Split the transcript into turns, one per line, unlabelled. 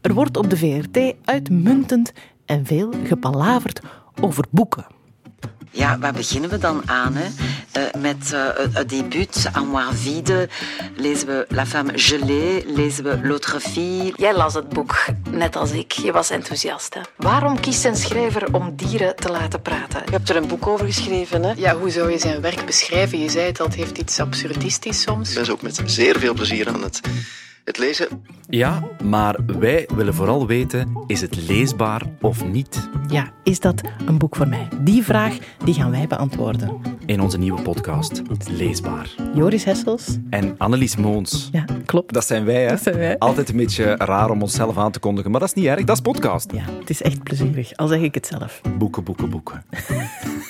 Er wordt op de VRT uitmuntend en veel gepalaverd over boeken.
Ja, waar beginnen we dan aan? Hè? Eh, met eh, het debuut, Amoir Vide, lezen we La Femme Gelée, lezen we L'Autre Fille.
Jij las het boek, net als ik. Je was enthousiast, hè? Waarom kiest een schrijver om dieren te laten praten?
Je hebt er een boek over geschreven, hè?
Ja, hoe zou je zijn werk beschrijven? Je zei het al, het heeft iets absurdistisch soms.
Ik ben ze ook met zeer veel plezier aan het, het lezen.
Ja, maar wij willen vooral weten, is het leesbaar of niet?
Ja, is dat een boek voor mij? Die vraag die gaan wij beantwoorden.
In onze nieuwe podcast, Leesbaar.
Joris Hessels.
En Annelies Moons.
Ja, klopt.
Dat zijn wij, hè?
Dat zijn wij.
Altijd een beetje raar om onszelf aan te kondigen, maar dat is niet erg, dat is podcast.
Ja, het is echt plezierig, al zeg ik het zelf.
Boeken, boeken, boeken.